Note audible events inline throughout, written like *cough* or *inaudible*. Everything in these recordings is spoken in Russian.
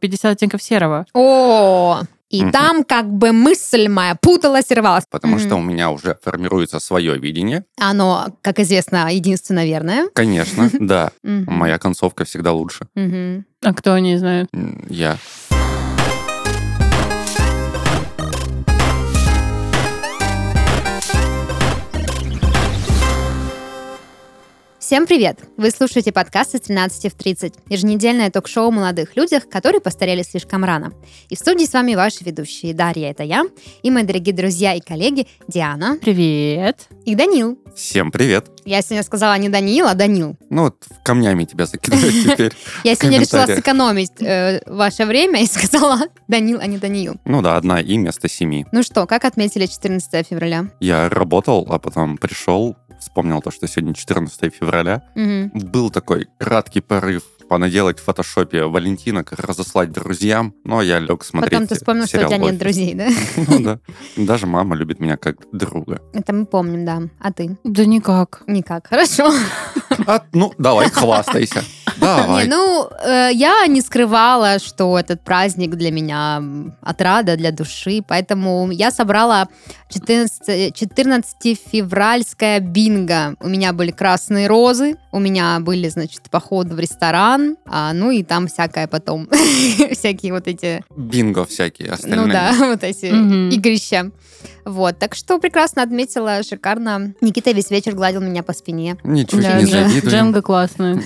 50 оттенков серого. О, и Мгм. там как бы мысль моя путалась и рвалась. Потому Мгм. что у меня уже формируется свое видение. Оно, как известно, единственно верное. *laughs* Конечно, да. Мгм. Моя концовка всегда лучше. Мгм. А кто не знает? М, Я. Всем привет! Вы слушаете подкаст из 13 в 30, еженедельное ток-шоу о молодых людях, которые постарели слишком рано. И в студии с вами ваши ведущие Дарья, это я, и мои дорогие друзья и коллеги Диана Привет. и Данил. Всем привет. Я сегодня сказала не Данил, а Данил. Ну вот камнями тебя *laughs* закидывают теперь. Я сегодня решила Комментарии. сэкономить э, ваше время и *laughs* сказала Данил, а не Даниил. Ну да, одна и вместо семи. Ну что, как отметили 14 февраля? Я работал, а потом пришел, вспомнил то, что сегодня 14 февраля. Мгм. Был такой краткий порыв понаделать в фотошопе валентинок, разослать друзьям, но я лег смотреть Потом ты вспомнил, что у сериал тебя нет «Офис». друзей, да? *laughs* *laughs* Ну да. Даже мама любит меня как друга. Это мы помним, да. А ты? Да никак. Никак. Хорошо. А, ну, давай, хвастайся. Не, *laughs* Давай. ну, э, я не скрывала, что этот праздник для меня м, отрада для души, поэтому я собрала 14, 14 февральское бинго. У меня были красные розы, у меня были, значит, походы в ресторан, а, ну и там всякое потом, *laughs* всякие вот эти Бинго всякие остальные. ну да, *laughs* вот эти Мгм. игрища. Вот, так что прекрасно отметила, шикарно. Никита весь вечер гладил меня по спине. Ничего Да, не Дж- завидуем. *laughs* Дженга классная.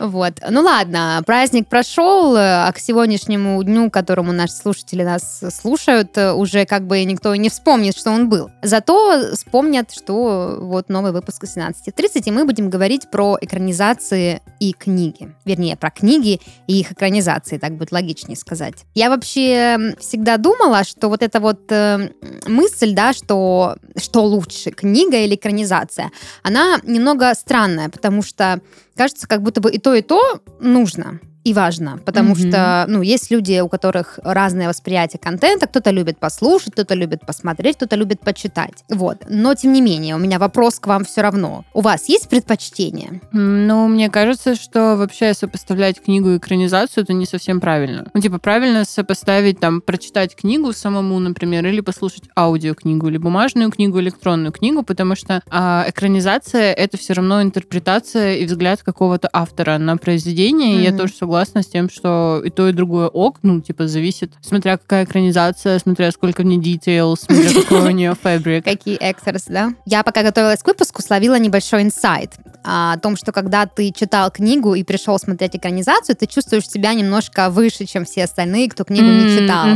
Вот, ну ладно, праздник прошел, э, а к сегодняшнему дню, к которому наши слушатели нас слушают, э, уже как бы никто и не вспомнит, что он был. Зато вспомнят, что вот новый выпуск с 17.30, и мы будем говорить про экранизации и книги. Вернее, про книги и их экранизации, так будет логичнее сказать. Я вообще м, всегда думала, что вот эта вот э, мысль, да, что что лучше, книга или экранизация, она немного странная, потому что кажется, как будто бы и то, и то нужно. И важно, потому Мгм. что, ну, есть люди, у которых разное восприятие контента, кто-то любит послушать, кто-то любит посмотреть, кто-то любит почитать, вот. Но, тем не менее, у меня вопрос к вам все равно. У вас есть предпочтение? М, Ну, мне кажется, что вообще сопоставлять книгу и экранизацию это не совсем правильно. Ну, типа, правильно сопоставить, там, прочитать книгу самому, например, или послушать аудиокнигу, или бумажную книгу, электронную книгу, потому что а, экранизация это все равно интерпретация и взгляд какого-то автора на произведение. И я Мгм. тоже согласна с тем, что и то, и другое ок, ну, типа, зависит, смотря какая экранизация, смотря сколько в ней details, смотря какой у *laughs* нее фабрик. Какие экстерс, да? Я пока готовилась к выпуску, словила небольшой инсайт а, о том, что когда ты читал книгу и пришел смотреть экранизацию, ты чувствуешь себя немножко выше, чем все остальные, кто книгу не читал.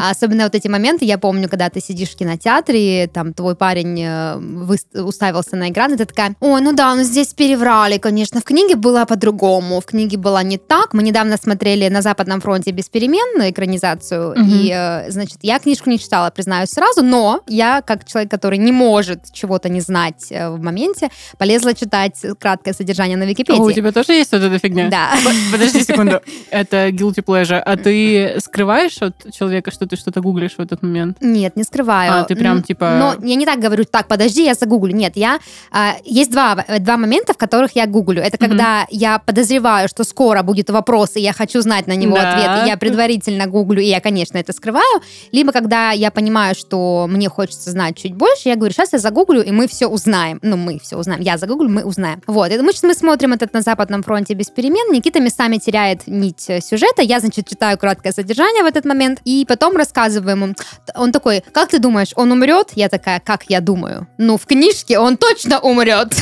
А Особенно вот эти моменты, я помню, когда ты сидишь в кинотеатре, там твой парень э, выс- уставился на экран, и ты такая, ой, ну да, ну здесь переврали, конечно, в книге было по-другому, в книге было не так. Мы недавно смотрели «На Западном фронте без перемен» экранизацию, Мгм. и, э, значит, я книжку не читала, признаюсь сразу, но я, как человек, который не может чего-то не знать э, в моменте, полезла читать краткое содержание на О, А у Википедии. тебя тоже есть вот эта фигня? Да. П- Подожди секунду. *laughs* Это guilty pleasure. А ты скрываешь от человека, что ты что-то гуглишь в этот момент? Нет, не скрываю. А, ты прям М, типа- Но я не так говорю, так, подожди, я загуглю. Нет, я... а, есть два, в- два момента, в которых я гуглю. Это Мгм. когда я подозреваю, что скоро будет вопрос, и я хочу знать на него Да. ответ, и я предварительно гуглю, и я, конечно, это скрываю. Либо когда я понимаю, что мне хочется знать чуть больше, я говорю, сейчас я загуглю, и мы все узнаем. Ну, мы все узнаем. Я загуглю, мы узнаем. Вот. Это Мы, сейчас- мы смотрим этот «На западном фронте без перемен». Никита местами теряет нить э, сюжета. Я, значит, читаю краткое содержание в этот момент, и потом рассказываю ему, он такой, как ты думаешь, он умрет? Я такая, как я думаю? Ну, в книжке он точно умрет.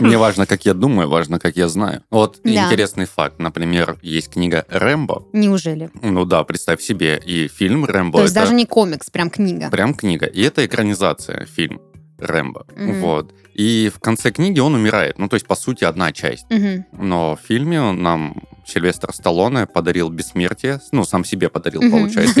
Не важно, как я думаю, важно, как я знаю. Вот Да. интересный факт. Например, есть книга «Рэмбо». Неужели? Ну да, представь себе, и фильм «Рэмбо» То — есть это даже не комикс, прям книга. прям книга. И это экранизация, фильм «Рэмбо». Мгм. Вот. И в конце книги он умирает. Ну, то есть, по сути, одна часть. Мгм. Но в фильме он нам Сильвестр Сталлоне подарил бессмертие. Ну, сам себе подарил, Мгм. получается.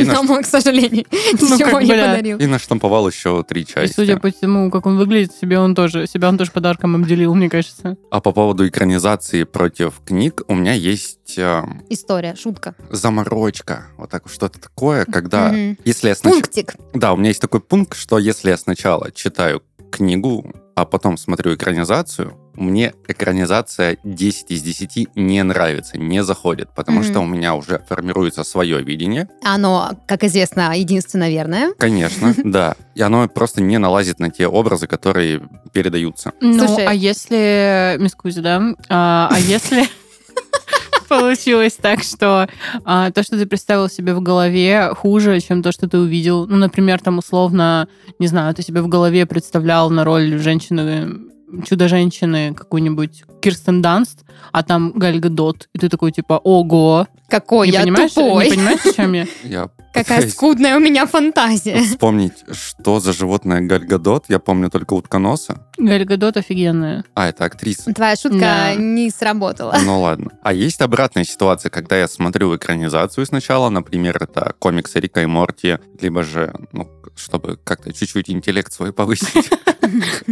*laughs* И, Ну, наш- Но он, к *laughs* сожалению, как ничего не бы, да. подарил. и наштамповал еще три И части. судя по тому, как он выглядит, себе он тоже, себя он тоже подарком обделил, мне кажется. А по поводу экранизации против книг у меня есть э, История, шутка. заморочка. Вот так вот что-то такое, когда... Мгм. Если я снач- Пунктик. Да, у меня есть такой пункт, что если я сначала читаю книгу, а потом смотрю экранизацию, Мне экранизация 10 из 10 не нравится, не заходит, потому Мгм. что у меня уже формируется свое видение, Оно, как известно, единственно верное. *laughs* конечно, да. И оно просто не налазит на те образы, которые передаются. Ну, Слушай. а если... Мискузи, да? А, а если... *laughs* Получилось так, что а, то, что ты представил себе в голове, хуже, чем то, что ты увидел. Ну, например, там условно, не знаю, ты себе в голове представлял на роль женщины, чудо-женщины какую-нибудь Кирстен Данст, а там Галь Гадот, и ты такой типа, ого, Какой не я понимаешь, тупой. не понимаешь, о чем *laughs* я? Я Какая пытаюсь скудная у меня фантазия. вспомнить, что за животное Гальгадот. Я помню только утконоса. Галь Гадот офигенная. А, это актриса. Твоя шутка Да. не сработала. Ну ладно. А есть обратная ситуация, когда я смотрю экранизацию сначала, например, это комиксы Рика и Морти, либо же, ну, чтобы как-то чуть-чуть интеллект свой повысить. *laughs*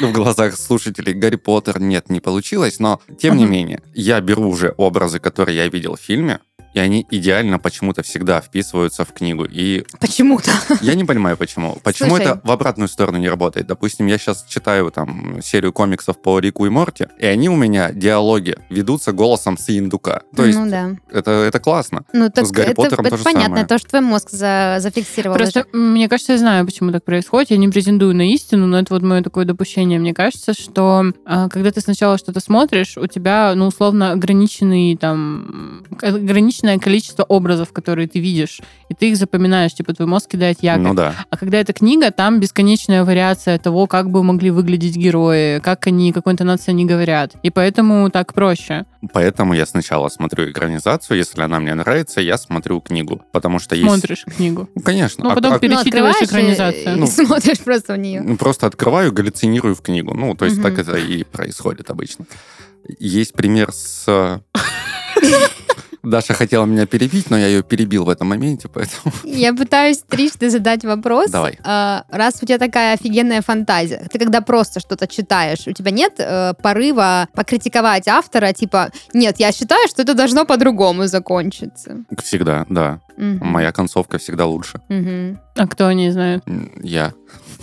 В глазах слушателей Гарри Поттер нет, не получилось, но тем не Мгм. менее, я беру уже образы, которые я видел в фильме, и они идеально почему-то всегда вписываются в книгу. И Почему-то. я не понимаю, почему. Почему Слушай. это в обратную сторону не работает? Допустим, я сейчас читаю там серию комиксов по Рику и Морти, и они у меня диалоги ведутся голосом с индука. То есть ну да. это, это классно. Ну так с Гарри это, Поттером это то же понятно, самое. то, что твой мозг за- зафиксировал. ну, Просто, это. м, мне кажется, я знаю, почему так происходит. Я не претендую на истину, но это вот мое такое допущение. Мне кажется, что а, когда ты сначала что-то смотришь, у тебя, ну, условно, ограниченный там к- ограниченное количество образов, которые ты видишь, и ты их запоминаешь, типа твой мозг кидает якорь. Ну да. А когда это книга, там бесконечная вариация того, как бы могли выглядеть герои, как они, какой интонации они говорят. И поэтому так проще. Поэтому я сначала смотрю экранизацию, если она мне нравится, я смотрю книгу. Потому что есть... Смотришь книгу. Ну, конечно. Ну, Ак- потом ак- пере- Ну, перечитываешь открываешь и- экранизацию. и *laughs* Ну. смотришь просто в нее. Ну, Просто открываю, галлюцинирую в книгу. Ну, то есть Мгм. так это и происходит обычно. Есть пример с... э, Даша хотела меня перебить, но я ее перебил в этом моменте, поэтому... Я пытаюсь трижды задать вопрос. Давай. А, Раз у тебя такая офигенная фантазия, ты когда просто что-то читаешь, у тебя нет э, порыва покритиковать автора, типа, нет, я считаю, что это должно по-другому закончиться. Всегда, да. Мгм. Моя концовка всегда лучше. Мгм. А кто не знает? М, Я.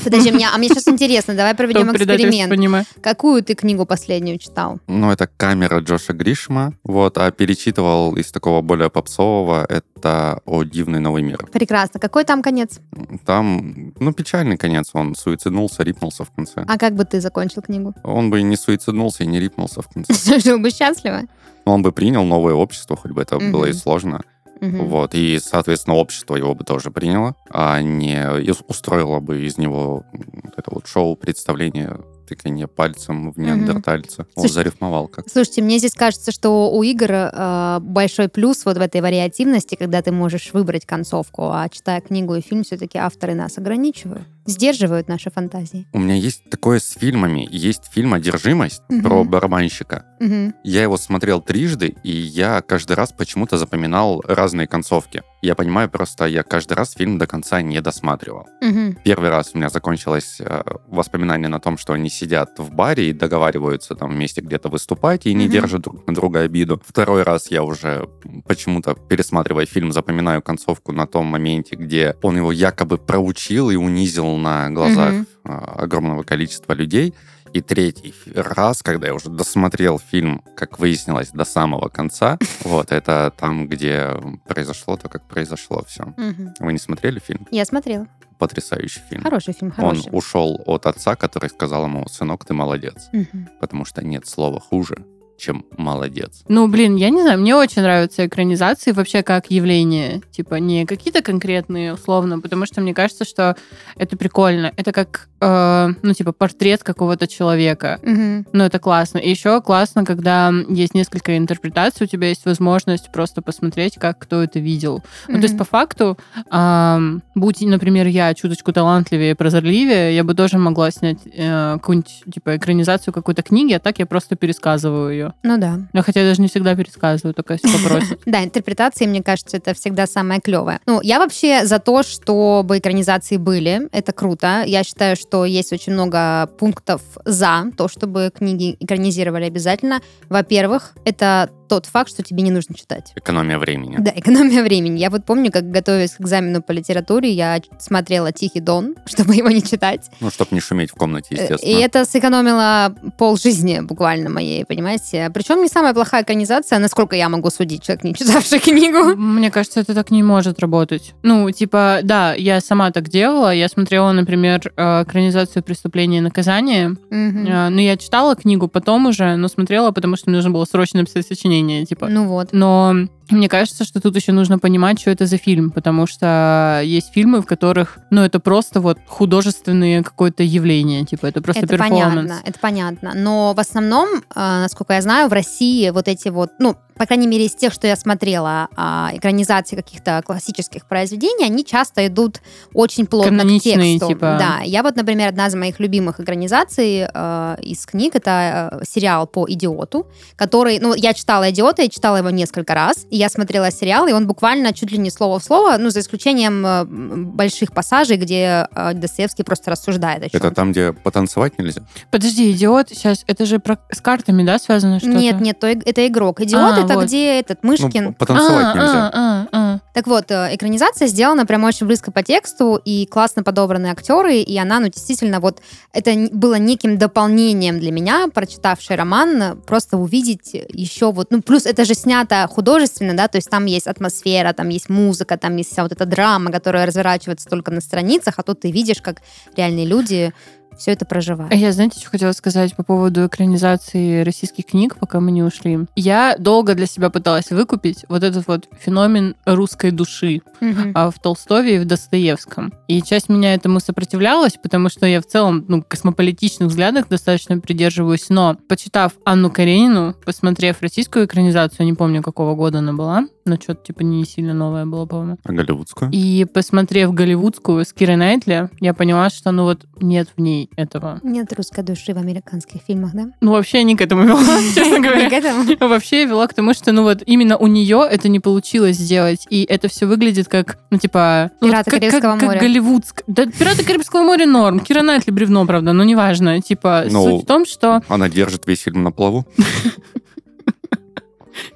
Подожди, мне, а мне *laughs* сейчас интересно, давай Кто проведем предательство эксперимент. аниме? Какую ты книгу последнюю читал? Ну, это камера Джоша Гришма. Вот, а перечитывал из такого более попсового это «О, дивный новый мир». Прекрасно. Какой там конец? Там, ну, печальный конец. Он суициднулся, рипнулся в конце. А как бы ты закончил книгу? *laughs* Он бы и не суициднулся, и не рипнулся в конце. Жил бы счастливо? Но он бы принял новое общество, хоть бы это Мгм. было и сложно. Мгм. Вот, и, соответственно, общество его бы тоже приняло, а не из- устроило бы из него м, вот это вот шоу, представление тыканье пальцем в неандертальца. Вот, Слушай, зарифмовал как. Слушайте, мне здесь кажется, что у игр э, большой плюс вот в этой вариативности, когда ты можешь выбрать концовку, а читая книгу и фильм, все-таки авторы нас ограничивают, сдерживают наши фантазии. У меня есть такое с фильмами. Есть фильм «Одержимость» Мгм. про барабанщика. Мгм. Я его смотрел трижды, и я каждый раз почему-то запоминал разные концовки. Я понимаю, просто я каждый раз фильм до конца не досматривал. Мгм. Первый раз у меня закончилось э, воспоминание на том, что они сидят в баре и договариваются там вместе где-то выступать и не Мгм. держат друг на друга обиду. Второй раз я уже почему-то, пересматривая фильм, запоминаю концовку на том моменте, где он его якобы проучил и унизил на глазах Мгм. э, огромного количества людей. И третий раз, когда я уже досмотрел фильм, как выяснилось, до *laughs* самого конца, вот, это там, где произошло то, как произошло все. Мгм. Вы не смотрели фильм? Я смотрела. Потрясающий фильм. Хороший фильм, Он хороший. ушел от отца, который сказал ему, сынок, ты молодец. Мгм. Потому что нет слова хуже, чем молодец. Ну, блин, я не знаю, мне очень нравятся экранизации вообще как явление. Типа не какие-то конкретные, условно, потому что мне кажется, что это прикольно. Это как, э, ну, типа, портрет какого-то человека. Мгм. Ну, это классно. И еще классно, когда есть несколько интерпретаций, у тебя есть возможность просто посмотреть, как кто это видел. Ну, то есть, по Мгм. факту, ам, будь, например, я чуточку талантливее и прозорливее, я бы тоже могла снять э, какую-нибудь, типа, экранизацию какой-то книги, а так я просто пересказываю ее. Ну да. Ну, хотя я даже не всегда пересказываю, только если *laughs* попросят. Да, интерпретации, мне кажется, это всегда самое клевое. Ну, я вообще за то, чтобы экранизации были. Это круто. Я считаю, что есть очень много пунктов за то, чтобы книги экранизировали обязательно. Во-первых, это тот факт, что тебе не нужно читать. Экономия времени. Да, экономия времени. Я вот помню, как готовясь к экзамену по литературе, я смотрела «Тихий дон», *laughs* чтобы его не читать. Ну, чтобы не шуметь в Э, комнате, И естественно. это сэкономило пол жизни буквально моей, понимаете? Причем не самая плохая экранизация, насколько я могу судить, человек, не *laughs* читавший книгу. Мне кажется, это так не может работать. Ну, типа, да, я сама так делала. Я смотрела, например, э, экранизацию «Преступление и наказание». Мгм. Э, Ну, я читала книгу потом уже, но смотрела, потому что мне нужно было срочно написать сочинение, типа. Ну вот. Но мне кажется, что тут еще нужно понимать, что это за фильм, потому что есть фильмы, в которых, ну, это просто вот художественное какое-то явление, типа, это просто это перформанс. понятно, это понятно. Но в основном, э, насколько я знаю, в России вот эти вот, ну, по крайней мере, из тех, что я смотрела, а, экранизации каких-то классических произведений, они часто идут очень плотно к Каноничные, тексту. типа. Да, я вот, например, одна из моих любимых экранизаций э, из книг это э, сериал по идиоту, который, ну, я читала идиота, я читала его несколько раз, и я смотрела сериал, и он буквально чуть ли не слово в слово, ну, за исключением э, м, больших пассажей, где э, Достоевский просто рассуждает о чем. Это там, где потанцевать нельзя? Ну, Подожди, идиот, сейчас, это же про- с картами, да, связано что-то? Нет, нет, то и- это игрок. Идиот А, это вот. где этот Ну, Мышкин. потанцевать А, нельзя. а, а, а. Так вот, э, экранизация сделана прям очень близко по тексту, и классно подобраны актеры, и она, ну, действительно, вот это н- было неким дополнением для меня, прочитавший роман, э, просто увидеть еще вот, ну, плюс это же снято художественно, да, то есть там есть атмосфера, там есть музыка, там есть вся вот эта драма, которая разворачивается только на страницах, а тут ты видишь, как реальные люди все это проживают. А Я, знаете, что хотела сказать по поводу экранизации российских книг, пока мы не ушли. Я долго для себя пыталась выкупить вот этот вот феномен русской души Мгм. а, в Толстове и в Достоевском. И часть меня этому сопротивлялась, потому что я в целом, ну, космополитичных взглядах достаточно придерживаюсь. Но, почитав Анну Каренину, посмотрев российскую экранизацию, не помню, какого года она была, но что-то, типа, не сильно новое было, по-моему. А голливудскую? И посмотрев голливудскую с Кирой Найтли, я поняла, что, ну, вот нет в ней этого. Нет русской души в американских фильмах, да? Ну, вообще я не к этому вела, *laughs* честно Не к говоря. этому? Вообще я вела к тому, что, ну вот, именно у нее это не получилось сделать. И это все выглядит как, ну, типа... ну, вот «Пираты как- как- Карибского как моря». голливудск- Да, «Пираты Карибского моря» норм. Кира Найтли бревно, правда, но неважно. Типа, Ну. суть в том, что... Она держит весь фильм на плаву.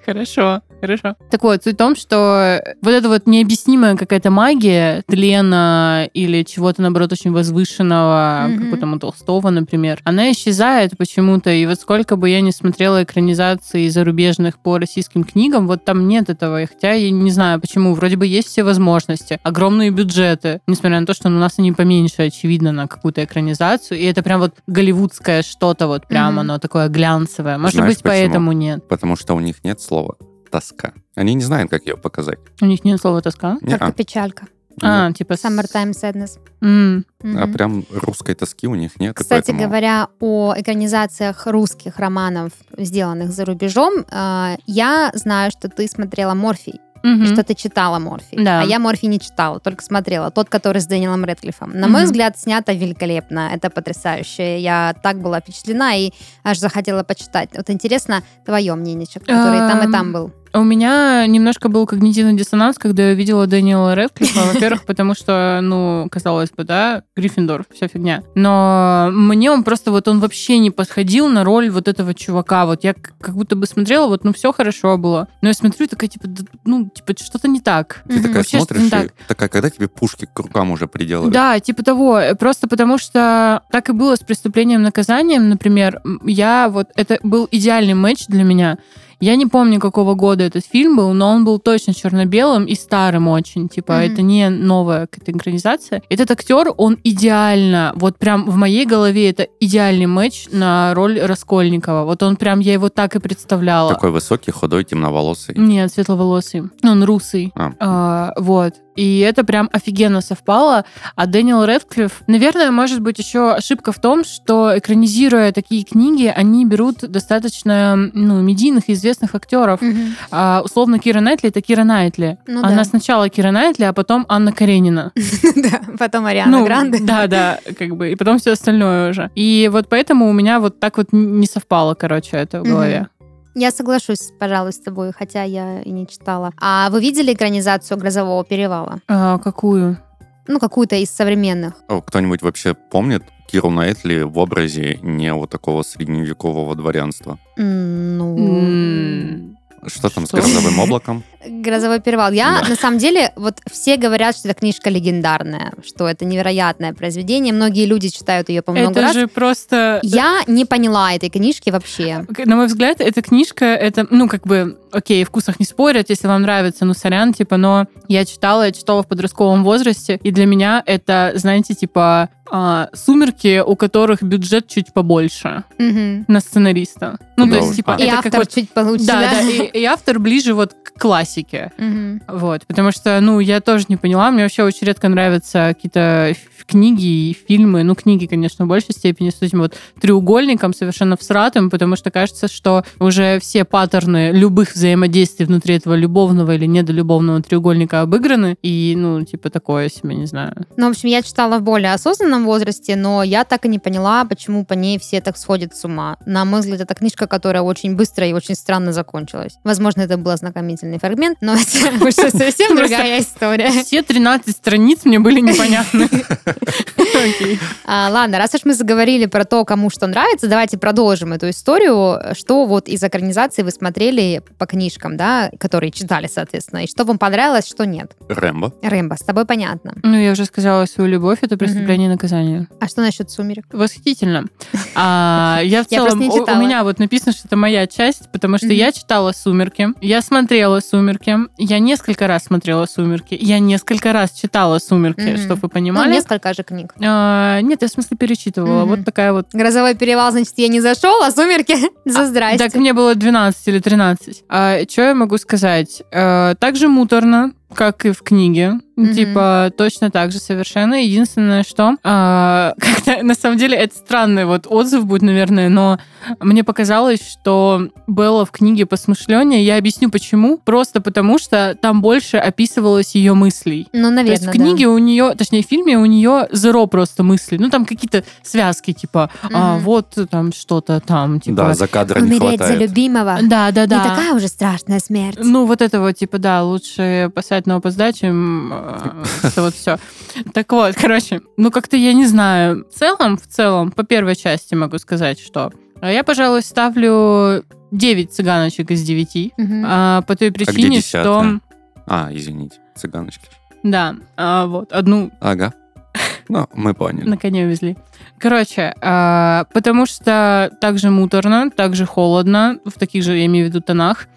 Хорошо, хорошо. Так вот, суть в том, что вот эта вот необъяснимая какая-то магия тлена или чего-то, наоборот, очень возвышенного, Мгм. как у там у Толстого, например, она исчезает почему-то, и вот сколько бы я не смотрела экранизации зарубежных по российским книгам, вот там нет этого, и хотя я не знаю почему, вроде бы есть все возможности, огромные бюджеты, несмотря на то, что у нас они поменьше, очевидно, на какую-то экранизацию, и это прям вот голливудское что-то вот прям Мгм. оно такое глянцевое, может Знаешь, быть, почему? поэтому нет. Потому что у них нет слова тоска. Они не знают, как ее показать. У них нет слова тоска? Только Неа. печалька. А, типа... с- Summertime Sadness. М. Мгм. А прям русской тоски у них нет. и Кстати поэтому- говоря, о экранизациях русских романов, сделанных за рубежом, э, я знаю, что ты смотрела «Морфий», Мгм. и что ты читала «Морфий». Да. А я «Морфий» не читала, только смотрела. Тот, который с Дэниелом Рэдклиффом. На мой Мгм. взгляд, снято великолепно. Это потрясающе. Я так была впечатлена и аж захотела почитать. Вот интересно твое мнение, человек, который и там, и там Эм, был. У меня немножко был когнитивный диссонанс, когда я видела Дэниела Рэдклиффа. *laughs* Во-первых, потому что, ну, казалось бы, да, Гриффиндор, вся фигня. Но мне он просто вот, он вообще не подходил на роль вот этого чувака. Вот я к- как будто бы смотрела, вот, ну, все хорошо было. Но я смотрю, и такая, типа, да, ну, типа, что-то не так. Ты такая Вообще смотришь, и что-то не такая, когда тебе пушки к рукам уже приделали? Да, типа того. Просто потому что так и было с преступлением и наказанием, например. М, Я вот... Это был идеальный матч для меня. Я не помню, какого года этот фильм был, но он был точно черно-белым и старым очень. Типа, Мгм. это не новая какая-то экранизация. Этот актер, он идеально, вот прям в моей голове это идеальный матч на роль Раскольникова. Вот он прям, я его так и представляла. Такой высокий, худой, темноволосый. Нет, светловолосый. Он русый. А, А, вот. И это прям офигенно совпало. А Дэниел Редклифф, наверное, может быть еще ошибка в том, что экранизируя такие книги, они берут достаточно ну, медийных и известных актеров. Мгм. А, условно, Кира Найтли это Кира Найтли. Ну Она да. сначала Кира Найтли, а потом Анна Каренина. *laughs* Да, Потом Ариана Ну, Гранде. Да, да, как бы. И потом все остальное уже. И вот поэтому у меня вот так вот н- не совпало, короче, это в Мгм. голове. Я соглашусь, пожалуй, с тобой, хотя я и не читала. А вы видели экранизацию «Грозового перевала»? А, какую? Ну, какую-то из современных. а Кто-нибудь вообще помнит Киру Найтли в образе не вот такого средневекового дворянства? М, Ну, М, Что там с Что? *laughs* грозовым облаком? Грозовой перевал. Я, Да. на самом деле, вот все говорят, что эта книжка легендарная, что это невероятное произведение. Многие люди читают ее по много Это раз. же э, просто... Я не поняла этой книжки вообще. К- На мой взгляд, эта книжка, это, ну, как бы, окей, вкусах не спорят, если вам нравится, ну, сорян, типа, но я читала, я читала в подростковом возрасте, и для меня это, знаете, типа, а, сумерки, у которых бюджет чуть побольше Мгм. на сценариста. Ну, Да то есть, уж. типа, А. И это автор какой-то- чуть получше. Да, да, и, и автор ближе вот к классике. Мгм. Вот, потому что, ну, я тоже не поняла, мне вообще очень редко нравятся какие-то ф- книги и фильмы, ну, книги, конечно, в большей степени с этим вот треугольником совершенно всратым, потому что кажется, что уже все паттерны любых взаимодействий внутри этого любовного или недолюбовного треугольника обыграны, и, ну, типа, такое себе, не знаю. Ну, в общем, я читала в более осознанном возрасте, но я так и не поняла, почему по ней все так сходят с ума. На мой взгляд, это книжка, которая очень быстро и очень странно закончилась. Возможно, это был ознакомительный фрагмент, но *laughs* это уже Просто- совсем другая история. Все 13 страниц мне были непонятны. Окей. А, ладно, раз уж мы заговорили про то, кому что нравится, давайте продолжим эту историю. Что вот из экранизации вы смотрели по книжкам, да, которые читали, соответственно, и что вам понравилось, что нет? Рэмбо. Рэмбо, с тобой понятно. Ну, я уже сказала, свою любовь — это преступление и наказание. А что насчет «Сумерек»? *laughs* Восхитительно. А, я в Я целом, просто не у, у читала. меня вот написано, что это моя часть, потому что Мгм. я читала «Сумерки», я смотрела «Сумерки», я несколько раз смотрела «Сумерки», я несколько раз читала «Сумерки», Мгм. чтобы вы Ну, понимали. несколько же книг. А, нет, я в смысле перечитывала. Мгм. Вот такая вот. Грозовой перевал, значит, я не зашел, а сумерки *laughs* за здрасте. Так мне было 12 или 13. А, что я могу сказать? Э, так же муторно, как и в книге. Мгм. Типа, точно так же совершенно. Единственное, что... а, *laughs* как-то, на самом деле, это странный вот отзыв будет, наверное, но мне показалось, что Белла в книге посмышленнее. Я объясню, почему. Просто потому, что там больше описывалось ее мыслей. Ну, То есть наверное, в книге у нее, точнее, в фильме у нее зеро просто мысли. Ну, там какие-то связки, типа, а, Мгм. вот там что-то там, типа. Да, за да. кадром не Умереть за хватает. любимого. Да, да, да. Не такая уже страшная смерть. Ну, вот этого, типа, да, лучше пасать на опоздать, чем э, это вот все. Так вот, короче, ну, как-то я не знаю. В целом, в целом, по первой части могу сказать, что э, я, пожалуй, ставлю 9 цыганочек из 9. Мгм. а, По той где причине, что... десятая? А, извините, цыганочки. Да, а, вот, одну *laughs* Ага. Ну, мы поняли. на коне увезли. Короче, а, потому что так же муторно, так же холодно, в таких же, я имею в виду, тонах.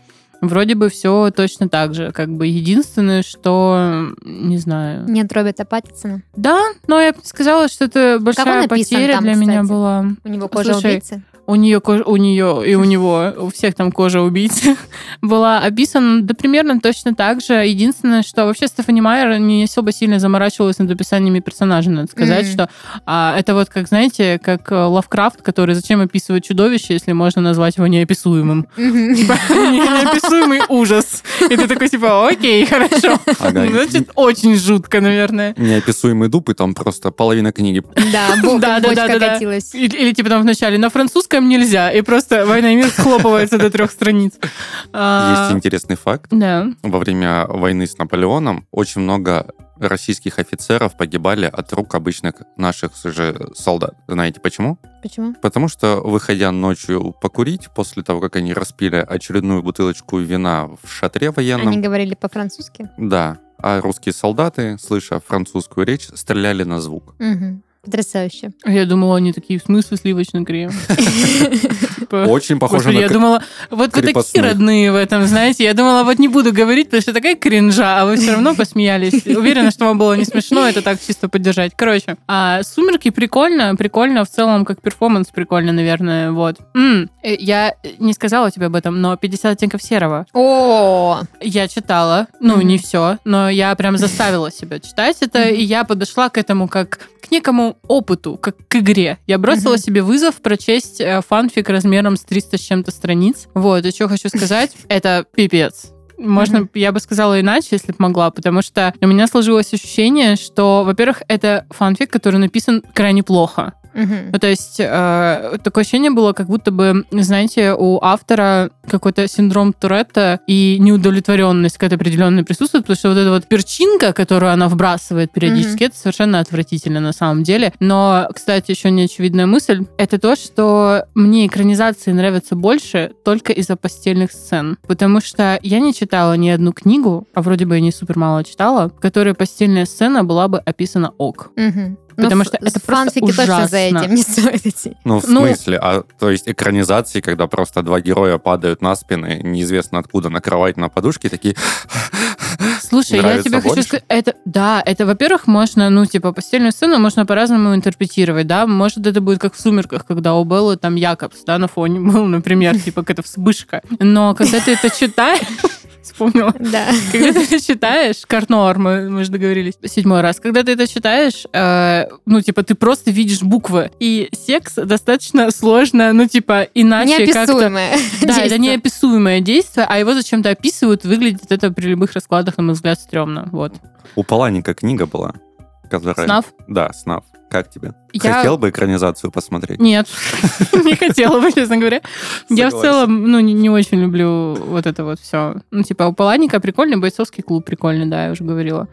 Вроде бы все точно так же. Как бы единственное, что не знаю. Нет Роберта Паттинсона. Да, но я бы не сказала, что это большая написан потеря там, для меня кстати? была. У него кожа Слушай, убийцы. У нее кожа, у нее и у него, у всех там кожа убийцы *laughs* была описана, Ну, да примерно точно так же. Единственное, что вообще Стефани Майер не особо сильно заморачивалась над описаниями персонажей, надо сказать, Мгм. что а, это вот как, знаете, как э, Лавкрафт, который зачем описывает чудовище, если можно назвать его неописуемым. *laughs* Мгм. *laughs* Типа, Неописуемый ужас. И ты такой типа, окей, хорошо. Ага. Значит, очень жутко, наверное. Неописуемый дуб, и там просто половина книги. Да, бо- Да, да, да, да, бочка да. катилась. Или, или типа там вначале на французском нельзя, и просто «Война и мир» схлопывается до трех страниц. А, Есть интересный факт. Да. Во время войны с Наполеоном очень много российских офицеров погибали от рук обычных наших же солдат. Знаете почему? Почему? Потому что, выходя ночью покурить, после того, как они распили очередную бутылочку вина в шатре военном, Они говорили по-французски. да, а русские солдаты, слыша французскую речь, стреляли на звук. Мгм. *laughs* Потрясающе. А Я думала, они такие, в смысле сливочный *laughs* крем? Типа, Очень похоже господи, на... я к- думала, вот вы такие крепостных. родные в этом, знаете. Я думала, вот не буду говорить, потому что такая кринжа, а вы все *laughs* равно посмеялись. Уверена, что вам было не смешно, это так чисто поддержать. Короче, а «Сумерки» прикольно, прикольно в целом, как перформанс прикольно, наверное, вот. М, э, Я не сказала тебе об этом, но «50 оттенков серого» О, Я читала, ну, Мгм. не все, но я *laughs* прям заставила себя читать это, Мгм. и я подошла к этому как к некому опыту, как к игре. Я бросила Мгм. себе вызов прочесть э, фанфик размером с 300 с чем-то страниц. Вот, и что хочу *laughs* сказать, это пипец. Можно, Мгм. б- я бы сказала иначе, если бы могла, потому что у меня сложилось ощущение, что, во-первых, это фанфик, который написан крайне плохо. Мгм. Ну, то есть э, такое ощущение было, как будто бы, знаете, у автора какой-то синдром Туретта и неудовлетворенность какая-то определенная присутствует, потому что вот эта вот перчинка, которую она вбрасывает периодически, это совершенно отвратительно на самом деле. Но, кстати, еще неочевидная мысль, это то, что мне экранизации нравятся больше только из-за постельных сцен, потому что я не читала ни одну книгу, а вроде бы я не супер мало читала, в которой постельная сцена была бы описана ок. Мгм. Но Потому ф- что это с просто фанфики точно за ужасно. этим не *laughs* стоит идти. Ну, в Ну- смысле? А, то есть экранизации, когда просто два героя падают на спины, неизвестно откуда, на кровать, на подушке, такие... Слушай, я Нравится тебе хочу больше? сказать, это, да, это, во-первых, можно, ну, типа, постельную сцену можно по-разному интерпретировать, да, может, это будет как в «Сумерках», когда у Беллы там Якобс, да, на фоне был, например, типа, какая-то вспышка, но когда ты это читаешь, *laughs* вспомнила, Да. когда ты это читаешь, Карнор, мы, мы же договорились, седьмой раз, когда ты это читаешь, э, ну, типа, ты просто видишь буквы, и секс достаточно сложно, ну, типа, иначе как-то Неописуемое. да, это действие. неописуемое действие, а его зачем-то описывают, выглядит это при любых раскладах, на мой взгляд, стрёмно. Вот. У Паланика книга была, которая... Снав? Да, Снав. Как тебе? Я- Хотел бы экранизацию посмотреть? Нет, *laughs* не хотела бы, честно говоря. Я в Согласен. целом, ну, не, не очень люблю вот это вот все. Ну, типа, у Паланика прикольный, бойцовский клуб прикольный, да, я уже говорила.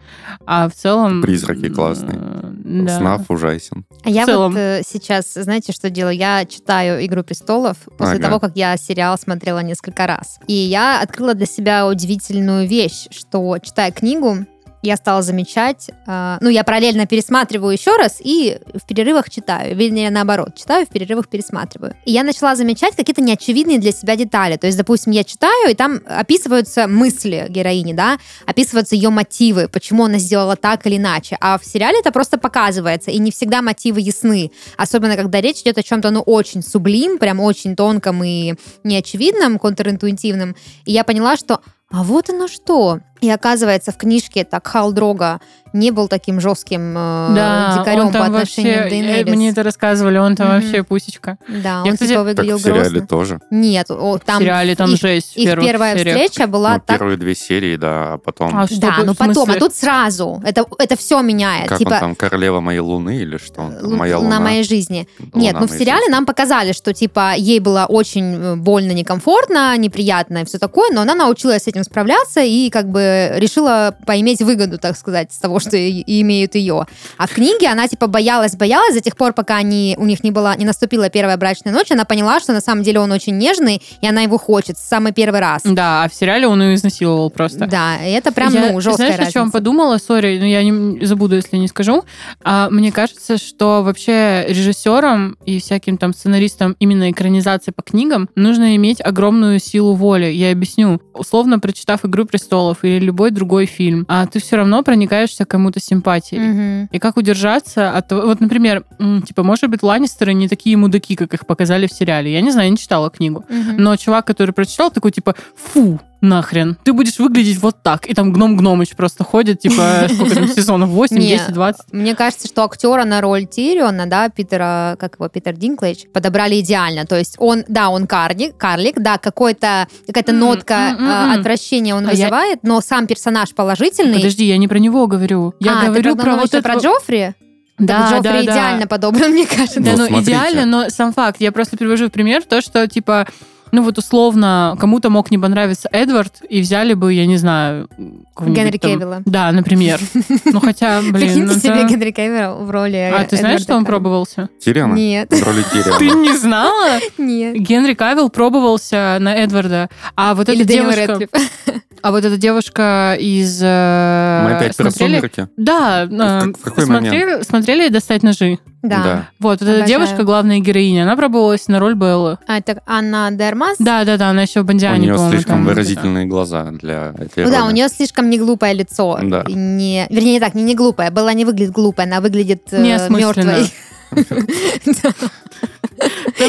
А в целом... Призраки классные. э, Да. Снав ужасен. А Я целом. вот э, сейчас, знаете, что делаю? Я читаю «Игру престолов» после Ага. того, как я сериал смотрела несколько раз. И я открыла для себя удивительную вещь, что, читая книгу, я стала замечать, э, ну, я параллельно пересматриваю еще раз и в перерывах читаю, вернее, наоборот, читаю, в перерывах пересматриваю. И я начала замечать какие-то неочевидные для себя детали. То есть, допустим, я читаю, и там описываются мысли героини, да, описываются ее мотивы, почему она сделала так или иначе. А в сериале это просто показывается, и не всегда мотивы ясны. Особенно, когда речь идет о чем-то, ну, очень сублим, прям очень тонком и неочевидном, контринтуитивном. И я поняла, что а вот оно что. И оказывается, в книжке так Хал Дрога не был таким жестким э, Да, дикарем он там по отношению вообще- к Дейенерис. э, Мне это рассказывали, он там Мгм. вообще пусечка. Да, он Я, кстати, типа Так выглядел в сериале грозно. тоже. Нет, о, там в сериале там их, жесть. в их первых первая сериях. встреча была Ну, так первые две серии, да, а потом... А что да, тут, ну в потом, смысле? а тут сразу. Это, это все меняет. Как типа, он там, королева моей луны или что? он там, лу- моя на луна. моей жизни. Луна Нет, ну в моей сериале жизни. нам показали, что типа ей было очень э, больно, некомфортно, неприятно и все такое, но она научилась с этим справляться и как бы решила поиметь выгоду, так сказать, с того, что и- и имеют ее. А в книге она типа боялась, боялась до тех пор, пока они, у них не была, не наступила первая брачная ночь, она поняла, что на самом деле он очень нежный и она его хочет с самый первый раз. Да, а в сериале он ее изнасиловал просто. Да, и это прям Я, ну жесткая Знаешь, о чем разница. подумала? Сори, но я не забуду, если не скажу. А, мне кажется, что вообще режиссерам и всяким там сценаристам именно экранизации по книгам нужно иметь огромную силу воли. Я объясню. Условно прочитав «Игру престолов» или любой другой фильм, а ты все равно проникаешься кому-то симпатией. Мгм. И как удержаться от того... Вот, например, м, типа, может быть, Ланнистеры не такие мудаки, как их показали в сериале. Я не знаю, я не читала книгу. Мгм. Но чувак, который прочитал, такой типа, фу, нахрен, ты будешь выглядеть вот так. И там Гном Гномыч просто ходит, *laughs* типа, сколько там сезонов, 8, Не. 10, 20. Мне кажется, что актера на роль Тириона, да, Питера, как его, Питер Динклэйдж, подобрали идеально. То есть он, да, он карлик, карлик да, какой-то, какая-то М, нотка м, м, э, м. отвращения он А я- вызывает, но сам персонаж положительный. Подожди, я не про него говорю. Я а, ты говорю про подумала, вот что это... про Джоффри? Да, Джоффри да, да. идеально подобран, *laughs* мне кажется. Да, Ну, ну, смотрите. идеально, но сам факт. Я просто привожу в пример то, что, типа, ну, вот условно, кому-то мог не понравиться Эдвард, и взяли бы, я не знаю... какого-нибудь Генри там- Кевилла. Да, например. Ну, *laughs* хотя, блин... Прикиньте ну, себе да. Генри Кевилла в роли А ты знаешь, Эдварда что он Каллина? *laughs* пробовался? Тириана? Нет, В роли Тириана. Ты не знала? нет. Генри Кавилл пробовался на Эдварда, а вот Или эта Дэниел девушка, Рэдклифф. *laughs* а вот эта девушка из э, Мы опять про смотрели, сумерки? да, э, В какой смотрели, смотрели достать ножи. Да. Вот, вот эта Обожаю. девушка главная героиня, она пробовалась на роль Беллы. А, это Анна Дермас? Да, да, да, она еще в У Бондиане, нее по-моему, слишком там. выразительные глаза для этой Ну да, у роли. нее слишком не глупое лицо. Да. И Не, вернее, не так, не, не глупое. Была не выглядит глупой, она выглядит э, Неосмысленно. мертвой. Там,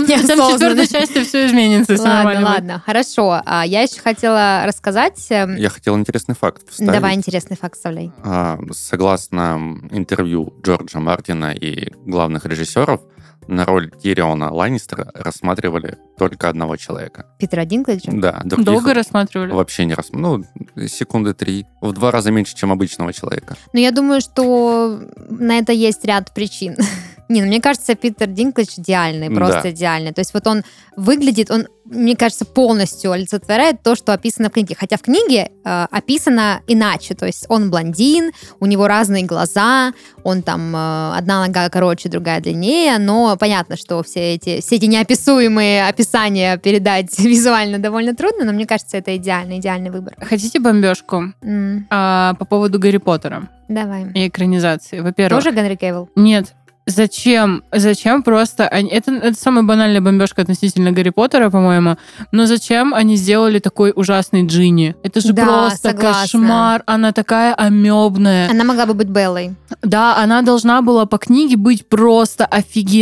Я там в осознанно. четвертой части все изменится, все Ладно, нормально. ладно, хорошо. А я еще хотела рассказать. эм, Я хотел интересный факт вставить. Давай интересный факт вставляй. А, Согласно интервью Джорджа Мартина и главных режиссеров, на роль Тириона Ланнистера рассматривали только одного человека. Питера Динклэджа? Да, будет. других Долго рассматривали. вообще не рассматривали. Ну, секунды три. В два раза меньше, чем обычного человека. Ну, я думаю, что на это есть ряд причин. *laughs* Не, ну мне кажется, Питер Динклич идеальный, просто Да. идеальный. То есть вот он выглядит, он, мне кажется, полностью олицетворяет то, что описано в книге. Хотя в книге э, описано иначе. То есть он блондин, у него разные глаза, он там э, одна нога короче, другая длиннее, но понятно, что все эти, все эти неописуемые описания передать *laughs* визуально довольно трудно, но мне кажется, это идеальный, идеальный выбор. Хотите бомбежку М, А, по поводу Гарри Поттера давай. и экранизации? Во-первых, Тоже Генри Кевилл? Нет. Зачем? Зачем просто... они- Это, это самая банальная бомбежка относительно Гарри Поттера, по-моему. Но зачем они сделали такой ужасный Джинни? Это же Да, просто согласна. кошмар. Она такая амебная. Она могла бы быть Беллой. Да, она должна была по книге быть просто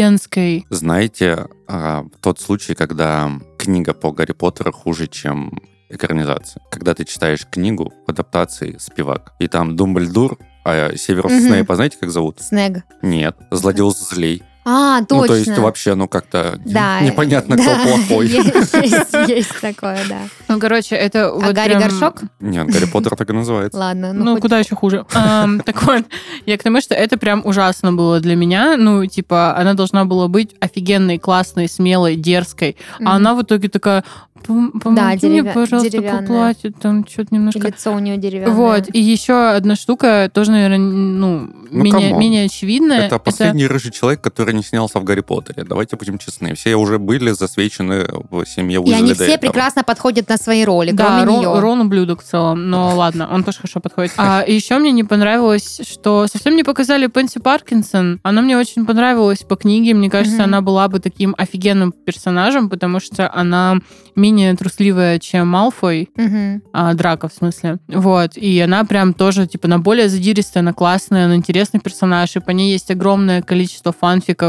офигенской. Знаете, а, тот случай, когда книга по Гарри Поттеру хуже, чем экранизация. Когда ты читаешь книгу в адаптации «Спивак», и там Думбльдур, а Северус Мгм. Снейпа, знаете, как зовут? Снег. Нет. Злодел злей. А, точно. Ну, то есть вообще, ну, как-то Да. непонятно, кто Да, *laughs* плохой. Есть, есть- есть такое, да. Ну, короче, это... А *laughs* вот Гарри прям- Горшок? Нет, Гарри Поттер так и называется. Ладно, ну, Ну, хоть- куда еще *laughs* хуже. Эм, Так вот, я к тому, что это прям ужасно было для меня. Ну, типа, она должна была быть офигенной, классной, смелой, дерзкой. Мгм. А она в итоге такая, «Пом- помоги мне, деревя- пожалуйста, по деревянная. платью, там что-то И немножко... Лицо у нее деревянное. Вот, и еще одна штука, тоже, наверное, ну, Ну, менее, камон. менее очевидная. Это последний рыжий человек, который не снялся в Гарри Поттере. Давайте будем честны. Все уже были засвечены в семье И они Уизли все прекрасно подходят на свои роли, Да, кроме Рон, нее. Рон ублюдок в целом, но ладно, он тоже хорошо подходит. А еще мне не понравилось, что совсем не показали Пенси Паркинсон. Она мне очень понравилась по книге. Мне кажется, Мгм. она была бы таким офигенным персонажем, потому что она менее трусливая, чем Малфой. Мгм. А, драка, в смысле. Вот. И она прям тоже, типа, она более задиристая, она классная, она интересный персонаж, и по ней есть огромное количество *laughs* фанфиков.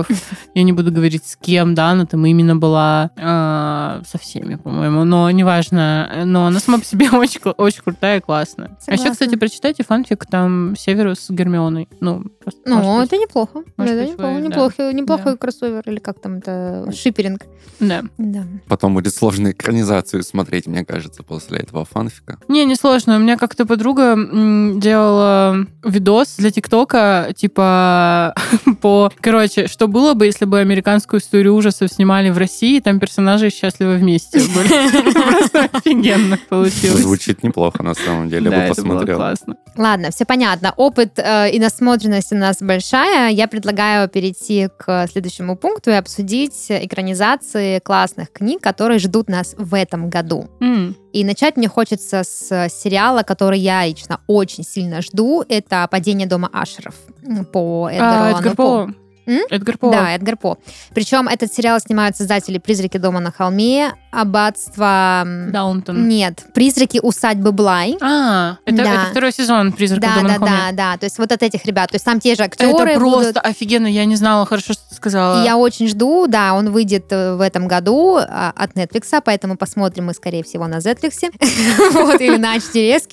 Я не буду говорить, с кем, да, она там именно была а, со всеми, по-моему, но неважно. Но она сама по себе *laughs* очень, кла- очень крутая и классная. А еще, Согласна. кстати, прочитайте фанфик там Северус с Гермионой. Ну, просто, Ну, может быть. это неплохо. Да, Может это быть, неплохо. вы- да. неплохо- Неплохой кроссовер, или как там это, шиперинг. Да. Да. Потом будет сложно экранизацию смотреть, мне кажется, после этого фанфика. Не, не сложно. У меня как-то подруга м, делала видос для ТикТока, типа *laughs* по... Короче, что было бы, если бы американскую историю ужасов снимали в России, там персонажи счастливы вместе *laughs* были. Просто офигенно получилось. Звучит неплохо, на самом деле. Да, Бы это было посмотрел. классно. Ладно, все понятно. Опыт э, и насмотренность у нас большая. Я предлагаю перейти к следующему пункту и обсудить экранизации классных книг, которые ждут нас в этом году. М, И начать мне хочется с э, сериала, который я лично очень сильно жду. Это «Падение дома Ашеров» м, по Эдгару а, Алану Эдгар По. По. М? Эдгар По. Да, Эдгар По. Причем этот сериал снимают создатели «Призраки дома на холме», «Аббатство...» м, Даунтон. Нет, «Призраки усадьбы Блай». А, это, Да. это второй сезон «Призрака Да, дома на да, холме». да, да. То есть вот от этих ребят. То есть там те же актеры Это будут. просто офигенно. Я не знала, хорошо, что ты сказала. И Я очень жду, да, он выйдет э, в этом году а, от Netflix, поэтому посмотрим мы, скорее всего, на Netflix, *laughs* вот, или на HDRS.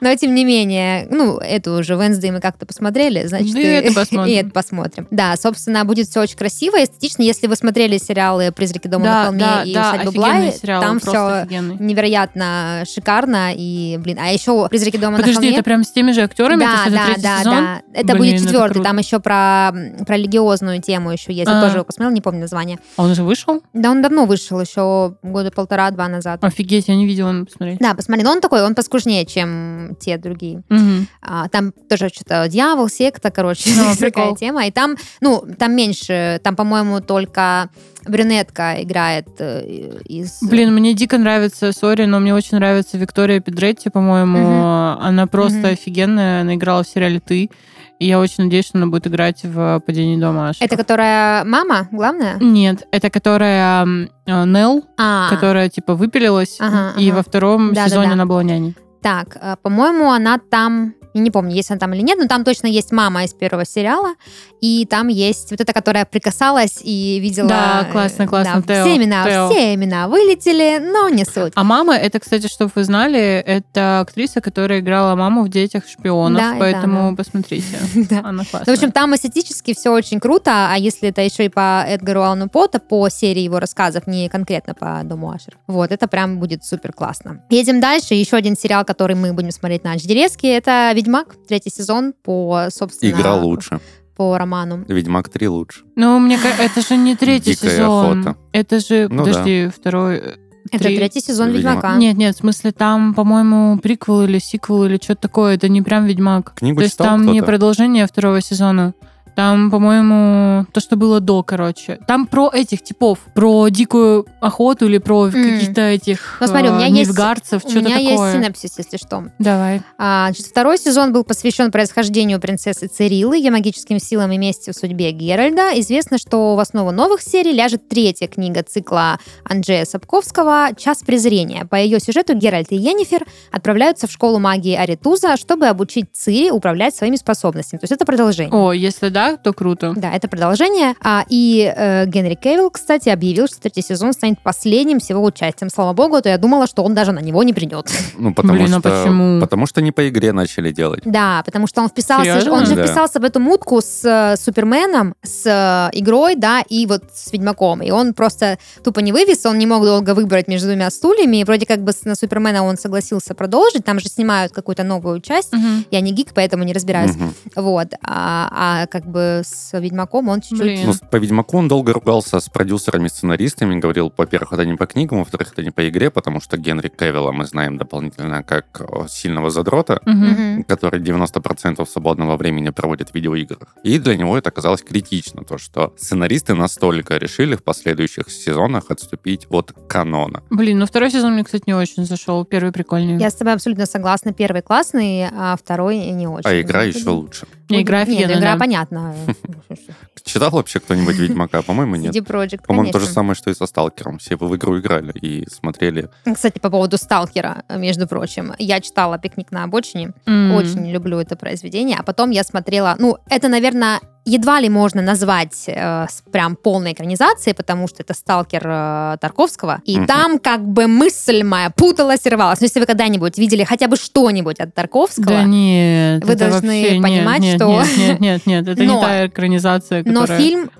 Но, тем не менее, ну, эту уже Wednesday мы как-то посмотрели, значит, э, Да Ну, и это посмотрим. *laughs* и это посмотрим. Да, собственно, будет все очень красиво, эстетично. Если вы смотрели сериалы «Призраки дома на Да, холме» да, и да, «Усадьба офигенный Блай», сериал. там просто все офигенный. невероятно шикарно и, блин, а еще «Призраки дома на Подожди, холме» это прям с теми же актерами? То есть это третий сезон? да. Это Блин, будет это четвертый. круто. там еще про, м, про религиозную тему еще есть. Я А. тоже его посмотрела, не помню название. Он же вышел? Да, он давно вышел, еще года полтора-два назад. Офигеть, я не видела, надо посмотреть. Да, посмотри, но он такой, он поскушнее, чем те другие. Мгм. А, там тоже что-то дьявол, секта, короче, *laughs* Ну, такая прикол. тема. И там, ну, там меньше, там, по-моему, только брюнетка играет э, из... Блин, мне дико нравится, сори, но мне очень нравится Виктория Педретти, по-моему. Она просто Мгм. офигенная, она играла в сериале «Ты», и я очень надеюсь, что она будет играть в «Падении дома». Ашера». Это которая мама, главная? Нет, это которая м, э, Нелл, А, которая типа выпилилась, Ага, и ага. во втором Да-да-да. сезоне она была няней. Так, э, по-моему, она там, я не помню, есть она там или нет, но там точно есть мама из первого сериала, и там есть вот эта, которая прикасалась и видела... Да, э, классно, классно, да, Тео, все имена, Тео. все имена вылетели, но не суть. А мама, это, кстати, чтобы вы знали, это актриса, которая играла маму в «Детях шпионов», Да, это поэтому она. посмотрите. *laughs* Да. Она Ну, классная. в общем, там эстетически все очень круто, а если это еще и по Эдгару Алану По, то по серии его рассказов, не конкретно по Дому Ашер. Вот, это прям будет супер классно. Едем дальше. Еще один сериал, который мы будем смотреть на HDRS, это «Ведьмак», третий сезон по, собственно... Игра лучше. по роману? Ведьмак 3 лучше. Ну, мне кажется, это же не третий Дикая сезон. охота. Это же, Ну подожди, второй... э, Это Три. третий сезон Видимо. Ведьмака. Нет, нет, в смысле, там, по-моему, приквел или сиквел или что-то такое. Это не прям Ведьмак. Книгу То есть читал там не кто-то? продолжение второго сезона. Там, по-моему, то, что было до, короче. Там про этих типов, про дикую охоту или про каких-то этих Ну, смотри, у меня есть- нивгарцев, У что-то меня такое. есть синапсис, если что. Давай. А, значит, второй сезон был посвящен происхождению принцессы Церилы, ее магическим силам и месте в судьбе Геральда. Известно, что в основу новых серий ляжет третья книга цикла Анджея Сапковского «Час презрения». По ее сюжету Геральт и Йеннифер отправляются в школу магии Аритуза, чтобы обучить Цири управлять своими способностями. То есть это продолжение. О, если да, то круто. Да, это продолжение. А, и э, Генри Кевилл, кстати, объявил, что третий сезон станет последним с его участием. Слава богу, а то я думала, что он даже на него не придет. Ну, потому Блин, а что... почему? Потому что не по игре начали делать. *laughs* Да, потому что он вписался, Серьезно? он же Да. вписался в эту мутку с э, Суперменом, с э, игрой, да, и вот с Ведьмаком. И он просто тупо не вывез, он не мог долго выбрать между двумя стульями. И вроде как бы с- на Супермена он согласился продолжить, там же снимают какую-то новую часть. Мгм. Я не гик, поэтому не разбираюсь. Мгм. Вот. А, а как бы с Ведьмаком он чуть-чуть... Блин. Ну, с- по Ведьмаку он долго ругался с продюсерами, сценаристами, говорил, во-первых, это не по книгам, во-вторых, это не по игре, потому что Генри Кевилла мы знаем дополнительно как о, сильного задрота, Мгм. Мгм. который 90% свободного времени проводит в видеоиграх. И для него это оказалось критично, то, что сценаристы настолько решили в последующих сезонах отступить от канона. Блин, ну второй сезон мне, кстати, не очень зашел. Первый прикольный. Я с тобой абсолютно согласна. Первый классный, а второй не очень. А игра еще лучше. Мне игра Нет, офигенная, игра да. *laughs* понятна. Читал *laughs* вообще кто-нибудь Ведьмака? По-моему, нет. CD Projekt, По-моему, то же конечно. самое, что и со Сталкером. Все вы в игру играли и смотрели. Кстати, по поводу «Сталкера», между прочим. Я читала «Пикник на обочине». М. Очень люблю это произведение. А потом я смотрела... Ну, это, наверное, едва ли можно назвать э, с прям полной экранизацией, потому что это «Сталкер» э, Тарковского. И Мгм. там как бы мысль моя путалась и рвалась. Но если вы когда-нибудь видели хотя бы что-нибудь от Тарковского... Да нет, Вы это должны вообще нет, понимать, нет, что- Нет, нет, нет, нет, это Но- не та экранизация, но которая... фильм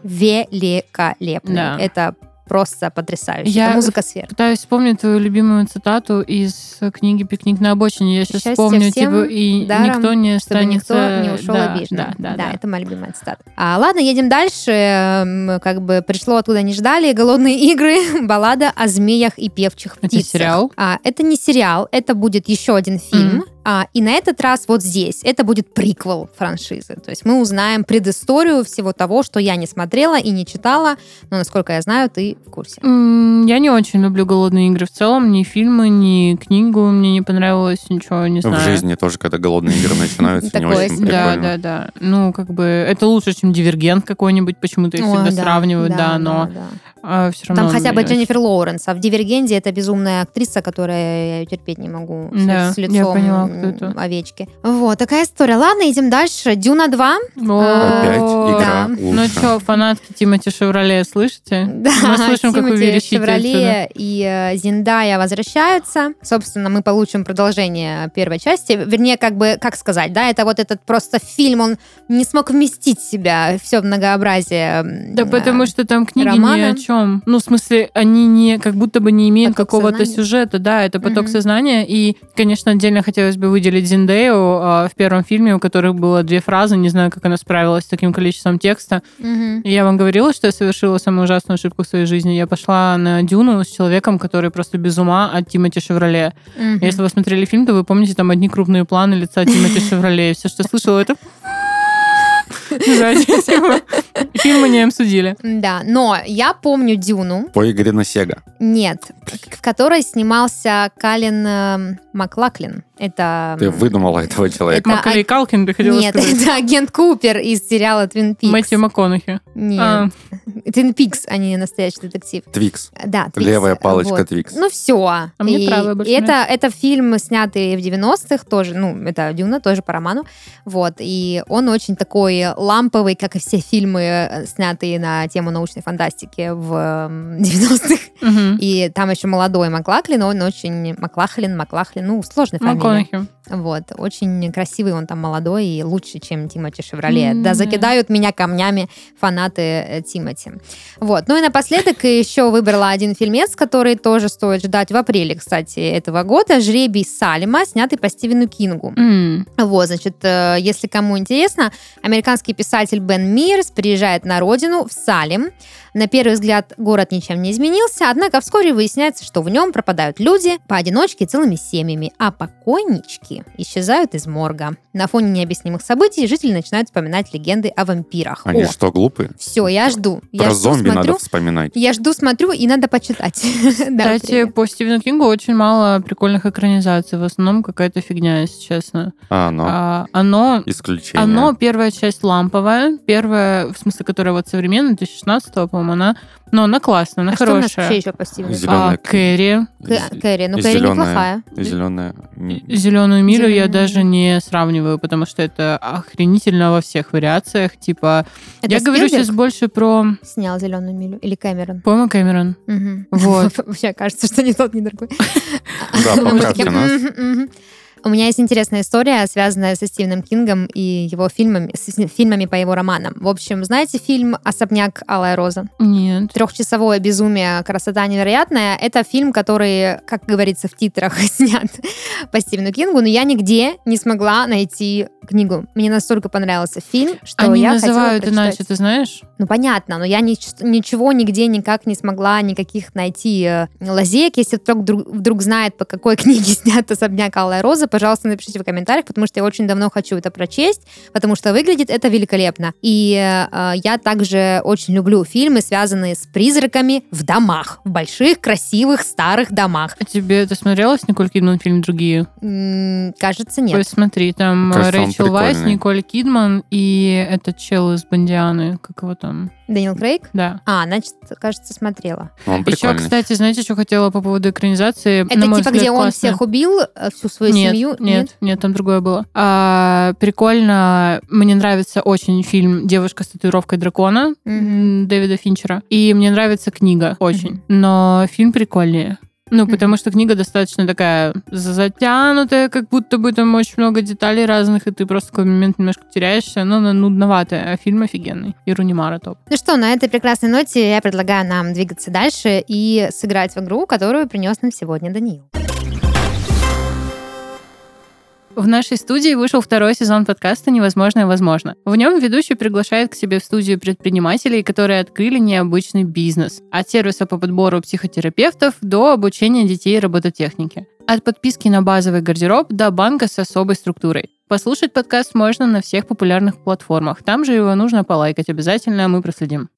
великолепный. Да. Это просто потрясающе. Я- Это музыка сверх. Пытаюсь вспомнить твою любимую цитату из книги «Пикник на обочине». Я сейчас Счастья вспомню, всем, типа, и даром, никто не Чтобы останется... никто не ушел да, обиженным. Да, да, да. это моя любимая цитата. А, ладно, едем дальше. Эм, Как бы пришло оттуда не ждали. Голодные игры. *laughs* Баллада о змеях и певчих Это птицах. сериал? А, это не сериал. Это будет еще один фильм. Мгм. А, и на этот раз вот здесь это будет приквел франшизы. То есть мы узнаем предысторию всего того, что я не смотрела и не читала. Но, насколько я знаю, ты в курсе. М, Я не очень люблю «Голодные игры» в целом. Ни фильмы, ни книгу мне не понравилось, ничего не знаю. В жизни тоже, когда голодные игры начинаются, не Такое очень себе. Да, да, прикольно. да. Ну, как бы, это лучше, чем «Дивергент» какой-нибудь. Почему-то их О, всегда сравнивают, да, но да. все равно... Там хотя бы мне не Дженнифер Лоуренс, а в «Дивергенде» это безумная актриса, которая я ее терпеть не могу с- Да, с я лицом поняла, кто это. м, овечки. Вот, такая история. Ладно, идем дальше. «Дюна 2». очень. Опять О, игра да. Ну лучше. что, фанатки Тимати Шевроле, слышите? *laughs* Да, Мы слышим, как вы Тимоти верещите отсюда. Шевроле и э, Зиндая возвращаются. Собственно, мы получим продолжение первой части. Вернее, как бы, как сказать, да, это вот этот просто фильм, он не смог вместить в себя все многообразие. м, Да, э, потому что там книги ни романа. о чем. Ну, в смысле, они не, как будто бы не имеют Поток какого-то сознания. сюжета. Да, это поток Мгм. сознания. И, конечно, отдельно хотелось бы выделить Зиндею а, в первом фильме, у которых было две фразы. Не знаю, как она справилась с таким количеством текста. Мгм. И Я вам говорила, что я совершила самую ужасную ошибку в своей жизни. Я пошла на дюну с человеком, который просто без ума от Тимати Шевроле. Мгм. Если вы смотрели фильм, то вы помните там одни крупные планы лица Тимати Шевроле. И все, что слышала, это... Знаете, типа, Фильм мы не обсудили. Да, но я помню Дюну. По игре на Сега. Нет, к- в которой снимался Калин эм, Маклаклин. Это... Ты выдумала этого человека. Да, Маккали а- и Калкин, ты хотела Нет, сказать. это агент Купер из сериала Твин Пикс. Мэтью МакКонахи. А, Нет, Твин Пикс, а не настоящий детектив. Твикс. Да, Twix, Левая палочка вот. Twix. Ну все. А мне правая больше это, это фильм, снятый в 90-х, тоже, ну, это Дюна, тоже по роману. Вот, и он очень такой ламповый, как и все фильмы, э, снятые на тему научной фантастики в эм, *laughs* 90-х. мгм. И там еще молодой Маклаклин, он очень... Маклахлин, Маклахлин, ну, сложная фамилия. МакКонахи. Вот, очень красивый он там молодой и лучше, чем Тимати Шевроле. М, Да, да. закидают меня камнями фанаты э, Тимати. Вот, ну и напоследок еще выбрала один фильмец, который тоже стоит ждать в апреле, кстати, этого года. «Жребий Салема», снятый по Стивену Кингу. М, Вот, значит, э, если кому интересно, американский писатель Бен Мирс приезжает на родину, в Салем. На первый взгляд город ничем не изменился, однако вскоре выясняется, что в нем пропадают люди поодиночке и целыми семьями, а покойнички исчезают из морга. На фоне необъяснимых событий жители начинают вспоминать легенды о вампирах. Они что, глупые? все, я жду. Я Про жду, зомби смотрю. надо вспоминать. Я жду, смотрю, и надо почитать. *laughs* Да, Кстати, привет. по Стивену Кингу очень мало прикольных экранизаций. В основном какая-то фигня, если честно. А, ну, А, оно исключение. Оно, первая часть ламповая, первая, в смысле, которая вот современная, 2016 по-моему, она, но она классная, она А что у нас вообще хорошая. еще по Стивену? Зелё- Зелёная А, Кэрри, Кэ- Кэрри. Ну, Кэрри Зелёная. неплохая. Зеленая. Зеленую милю я Зелёную даже не сравниваю, потому что это охренительно во всех вариациях. Типа, Это я говорю Спилберг? сейчас больше про, снял зеленую милю. Или Кэмерон. по-моему, *laughs* Кэмерон. Мгм. Вот. *laughs* Вообще кажется, что ни тот, ни *laughs* другой. Да, Мы поправьте такие, нас. «Мгм, мгм». У меня есть интересная история, связанная со Стивеном Кингом и его фильмами, с с фильмами по его романам. В общем, знаете фильм «Особняк. Алая роза»? Нет. Трехчасовое безумие, красота невероятная. Это фильм, который, как говорится в титрах, *laughs* снят по Стивену Кингу, но я нигде не смогла найти книгу. Мне настолько понравился фильм, что Они я хотела называют прочитать. иначе, ты знаешь? Ну, понятно, но я нич- ничего нигде никак не смогла никаких найти э, лазеек. Если вдруг, друг- вдруг знает, по какой *laughs* книге снят «Особняк Алая Роза», пожалуйста, напишите в комментариях, потому что я очень давно хочу это прочесть, потому что выглядит это великолепно. И э, я также очень люблю фильмы, связанные с призраками в домах, в больших, красивых, старых домах. А Тебе ты смотрела с Николь Кидман фильм другие? М, кажется, нет. Посмотри, там э, Кажется, он Рэйчел Вайс, прикольный. Николь Кидман и этот чел из Бондианы, как его там, Дэниел Крейг? да. А, значит, кажется, смотрела. Он Еще, прикольный. кстати, знаете, что хотела по поводу экранизации? Это типа, где он всех убил, э, всю свою нет, семью? Нет, нет, там другое было. А, прикольно. Мне нравится очень фильм «Девушка с татуировкой дракона» Мгм. м, Дэвида Финчера. И мне нравится книга очень. Мгм. Но фильм прикольнее. Ну, Мгм. потому что книга достаточно такая за- затянутая, как будто бы там очень много деталей разных, и ты просто в какой момент немножко теряешься, но она нудноватая, а фильм офигенный. И Рунимара топ. Ну что, на этой прекрасной ноте я предлагаю нам двигаться дальше и сыграть в игру, которую принес нам сегодня Даниил. В нашей студии вышел второй сезон подкаста «Невозможное возможно». В нем ведущий приглашает к себе в студию предпринимателей, которые открыли необычный бизнес. От сервиса по подбору психотерапевтов до обучения детей робототехники. От подписки на базовый гардероб до банка с особой структурой. Послушать подкаст можно на всех популярных платформах. Там же его нужно полайкать обязательно, мы проследим.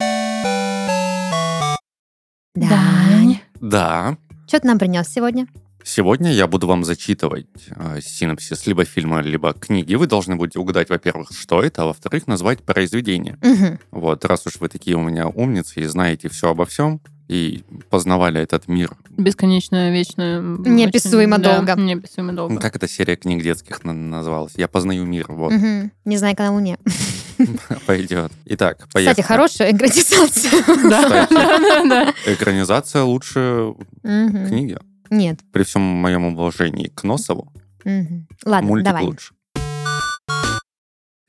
Дань, Да. что ты нам принес сегодня? Сегодня я буду вам зачитывать э, синопсис либо фильма, либо книги. Вы должны будете угадать, во-первых, что это, а во-вторых, назвать произведение. Мгм. Вот, раз уж вы такие у меня умницы и знаете все обо всем, и познавали этот мир. Ну, Бесконечно, вечно... м, Неописуемо очень- да, долго. неописуемо долго. Ну, Как эта серия книг детских на- называлась? Я познаю мир, вот, Мгм. Не знаю, на луне. *laughs* пойдет. Итак, поехали. Кстати, хорошая экранизация. Да, да, да, да. Экранизация лучше Мгм. книги. Нет. При всем моем уважении к Носову, Мгм. Ладно, Мультик давай. лучше.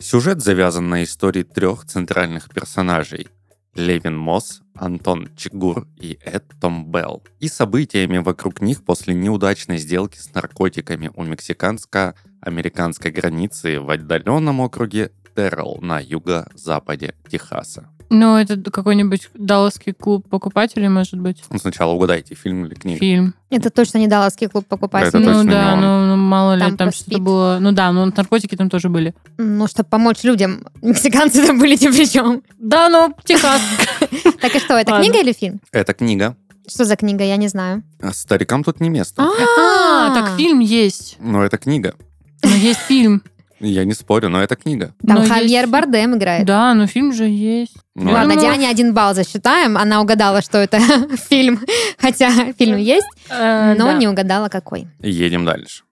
Сюжет завязан на истории трех центральных персонажей. Левин Мосс, Антон Чигур и Эд Томбелл. И событиями вокруг них после неудачной сделки с наркотиками у мексиканско-американской границы в отдаленном округе Террелл на юго-западе Техаса. Ну, это какой-нибудь далласский клуб покупателей, может быть. Ну, Сначала угадайте, фильм или книга. Фильм. Это точно не Далласский клуб Это ну покупателей. точно не да, он. ну, ну, мало ли, Там там, про что-то спид. было. Ну да, ну наркотики там тоже были. Ну, чтобы помочь людям. *laughs* Мексиканцы там были ни при чем. Да, ну, *laughs* Техас. Так и что, это Ладно. книга или фильм? Это книга. Что за книга, я не знаю. А Старикам тут не место. А, так фильм есть. Но это книга. Но есть фильм. Я не спорю, но это книга. Там Но Хавьер есть- Бардем играет. Да, но фильм же есть. Но Я Ладно, думала- Диане один балл засчитаем. Она угадала, что это *laughs* фильм. Хотя фильм есть, Э, да. но не угадала, какой. Едем дальше.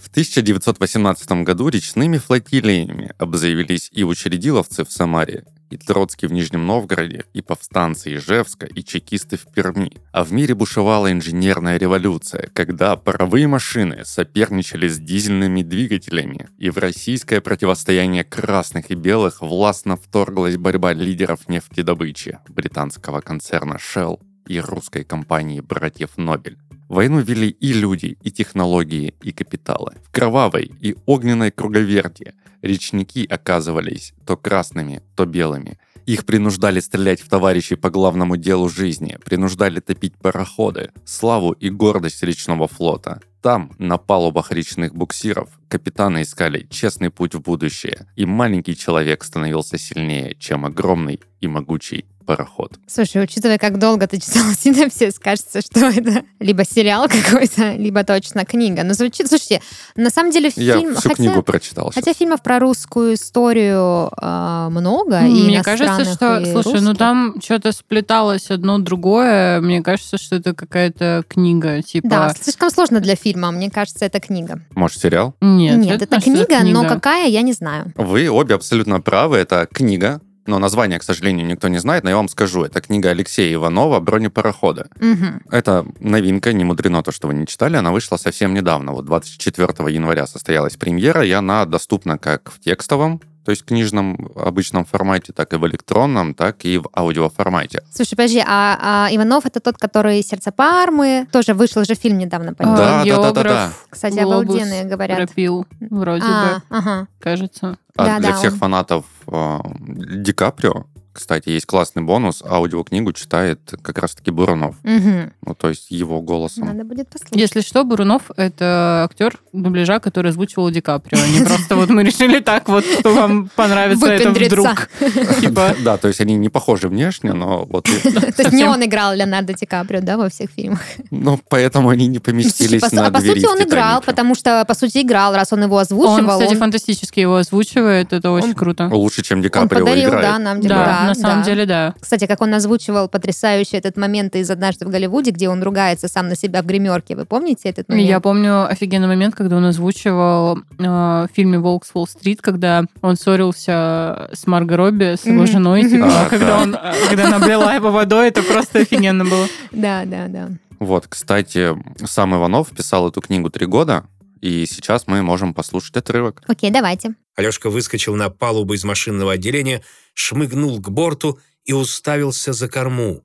В 1918 году речными флотилиями обзавелись и учредиловцы в Самаре, и Троцкий в Нижнем Новгороде, и повстанцы Ижевска, и чекисты в Перми. А в мире бушевала инженерная революция, когда паровые машины соперничали с дизельными двигателями, и в российское противостояние красных и белых властно вторглась борьба лидеров нефтедобычи, британского концерна Shell и русской компании «Братьев Нобель». Войну вели и люди, и технологии, и капиталы. В кровавой и огненной круговерти речники оказывались то красными, то белыми. Их принуждали стрелять в товарищей по главному делу жизни, принуждали топить пароходы, славу и гордость речного флота. Там, на палубах речных буксиров, капитаны искали честный путь в будущее, и маленький человек становился сильнее, чем огромный и могучий пароход. Слушай, учитывая, как долго ты читал синапсис, кажется, что *laughs* это либо сериал какой-то, либо точно книга. Но звучит... Слушайте, на самом деле фильм... Я всю хотя- книгу прочитал. сейчас. Хотя фильмов про русскую историю э, много. М, и Мне кажется, иностранных, что, и слушай, ну русских. там что-то сплеталось одно другое. Мне кажется, что это какая-то книга, типа. Да, слишком сложно для фильма. Мне кажется, это книга. Может, сериал? Нет, Нет, это значит, книга, но какая, я не знаю. Вы обе абсолютно правы. Это книга, но название, к сожалению, никто не знает, но я вам скажу. Это книга Алексея Иванова «Бронепароходы». Мгм. Это новинка, не мудрено то, что вы не читали. Она вышла совсем недавно. Вот 24 января состоялась премьера, и она доступна как в текстовом, то есть книжном обычном формате, так и в электронном, так и в аудиоформате. Слушай, подожди, а, а Иванов это тот, который «Сердце Пармы». Тоже вышел же фильм недавно, по нему. А, Да, да, да, да, да. географ Кстати, «Глобус» обалденные говорят. пропил, вроде А, бы, ага. кажется. А Да, для да, всех он- фанатов э, Ди Каприо, кстати, есть классный бонус. Аудиокнигу читает как раз-таки Бурунов. Мгм. Ну, то есть его голосом. Надо будет послушать. Если что, Бурунов — это актер дубляжа, который озвучивал Ди Каприо. Не просто вот мы решили так вот, что вам понравится это Выпендриться. вдруг. Типа, *laughs* Да, то есть они не похожи внешне, но *laughs* вот... и- *laughs* То есть не совсем- он играл Леонардо Ди Каприо, да, во всех фильмах? Ну, поэтому они не поместились По су- на а по двери сути он играл, «Титаника». потому что, по сути, играл, раз он его он, озвучивал. кстати, он- фантастически его озвучивает, это очень он- круто. Лучше, чем Ди Он Каприо подарил, играет. да, нам Да, да, на самом да. деле, да. Кстати, как он озвучивал потрясающе этот момент из «Однажды в Голливуде», где он ругается сам на себя в гримерке. Вы помните этот момент? Я помню офигенный момент, когда он озвучивал э, в фильме «Волк с Уолл-стрит», когда он ссорился с Марго Робби, с его Мгм. женой, типа, А, да. когда, он, э, когда она облила его водой, это просто офигенно было. Да, да, да. Вот, кстати, сам Иванов писал эту книгу три года, и сейчас мы можем послушать отрывок. Окей, давайте. Алешка выскочил на палубу из машинного отделения, шмыгнул к борту и уставился за корму,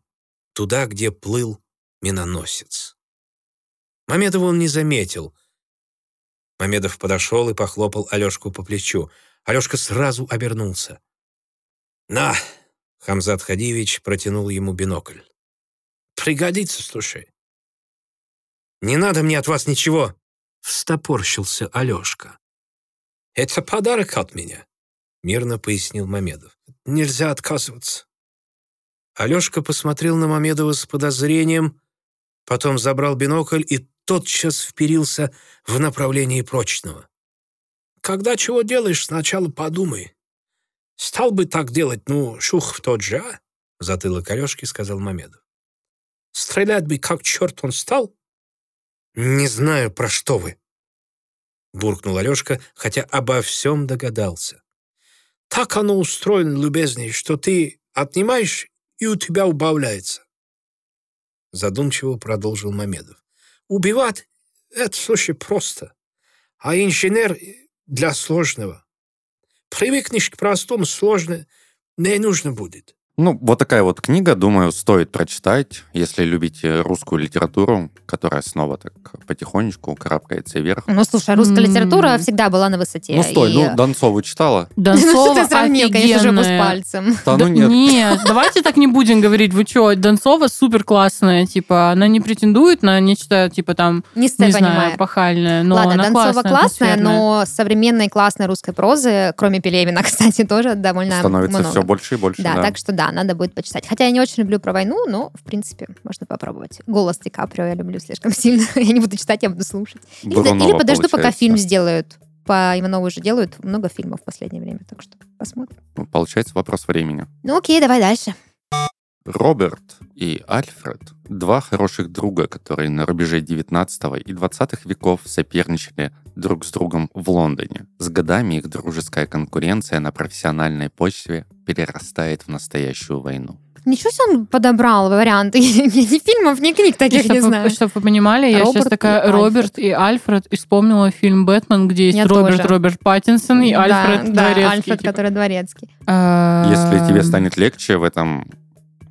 туда, где плыл миноносец. Мамедова он не заметил. Мамедов подошел и похлопал Алешку по плечу. Алешка сразу обернулся. «На!» — Хамзат Хадивич протянул ему бинокль. «Пригодится, слушай». «Не надо мне от вас ничего!» — встопорщился Алешка. «Это подарок от меня», — мирно пояснил Мамедов. «Нельзя отказываться». Алешка посмотрел на Мамедова с подозрением, потом забрал бинокль и тотчас вперился в направлении прочного. «Когда чего делаешь, сначала подумай. Стал бы так делать, ну, шух в тот же, а?» — в затылок Алешки сказал Мамедов. «Стрелять бы, как черт он стал?» «Не знаю, про что вы», — буркнул Алешка, хотя обо всем догадался. «Так оно устроено, любезный, что ты отнимаешь, и у тебя убавляется». Задумчиво продолжил Мамедов. «Убивать — это, слушай, просто, а инженер — для сложного. Привыкнешь к простому, сложно не нужно будет». Ну, вот такая вот книга, думаю, стоит прочитать, если любите русскую литературу, которая снова так потихонечку карабкается вверх. Ну, слушай, русская М. литература всегда была на высоте. Ну, стой, и- ну, Донцову читала? Ну, Донцова *laughs* что ты сравнил, конечно же, его с офигенная. пальцем. Да, ну Да- нет. давайте так не будем говорить. Вы что, Донцова супер классная, типа, она не претендует на нечто, типа, там, Не с не Т знаю, понимаю. пахальное, но Ладно, она Донцова классная, классная, атмосферная. но современной классной русской прозы, кроме Пелевина, *laughs* кстати, тоже довольно Становится много. все больше и больше. Да, так что да, надо будет почитать. Хотя я не очень люблю про войну, но, в принципе, можно попробовать. Голос Ди Каприо я люблю слишком *laughs* сильно. Я не буду читать, я буду слушать. Или, да- или Бурунова подожду, пока получается. фильм сделают. По Иванову уже делают много фильмов в последнее время, так что посмотрим. Ну, Получается вопрос времени. Ну окей, давай дальше. Роберт и Альфред – два хороших друга, которые на рубеже 19 и 20 веков соперничали друг с другом в Лондоне. С годами их дружеская конкуренция на профессиональной почве перерастает в настоящую войну. Ничего себе он подобрал варианты. Я *laughs* ни фильмов, ни книг таких не знаю. Чтобы вы понимали, я Роберт сейчас такая и Роберт и Альфред и вспомнила фильм «Бэтмен», где есть Я Роберт, тоже. Роберт Паттинсон Ну и Да, Альфред да, Дворецкий, Альфред, типа. который дворецкий. А, Если тебе станет легче в этом...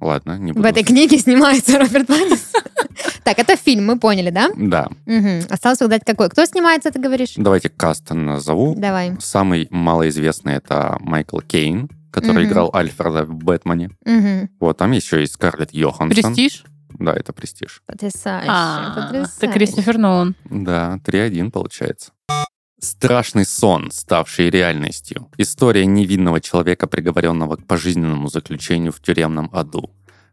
Ладно, Типа не буду. В этой книге снимается *laughs* Роберт Паттинсон. Так, это фильм, мы поняли, да? Да, Мгм. Осталось угадать, какой. Кто снимается, ты говоришь? давайте каст назову. Давай. Самый малоизвестный это Майкл Кейн, Мгм. который играл Альфреда в Бэтмене. Мгм. Вот, там еще и Скарлетт Йоханссон. Престиж? Да, это престиж. Потрясающе, А, Это потрясающе. Кристофер Нолан. Да, 3-1 получается. Страшный сон, ставший реальностью. История невинного человека, приговоренного к пожизненному заключению в тюремном аду.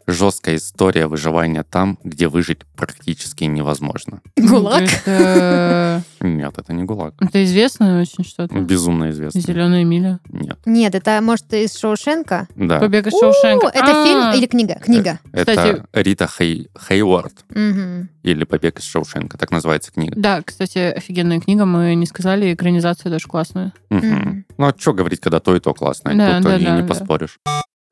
Жесткая история выживания там, где выжить практически невозможно. Гулаг? Это Нет, это не ГУЛАГ. это известно очень что-то. Безумно известно. Зеленая миля. Нет. Нет, это, может, из Шоушенка? Да. Побег из У, Шоушенка. А. Это фильм или книга? Книга. Это Кстати- Рита Хей... Хейворд Мгм. или «Побег из Шоушенка», так называется книга. Да, кстати, офигенная книга, мы не сказали, экранизация даже классная. Мгм. Мгм. Ну, а что говорить, когда то и то классно, и Да, тут да, и да, не да. поспоришь.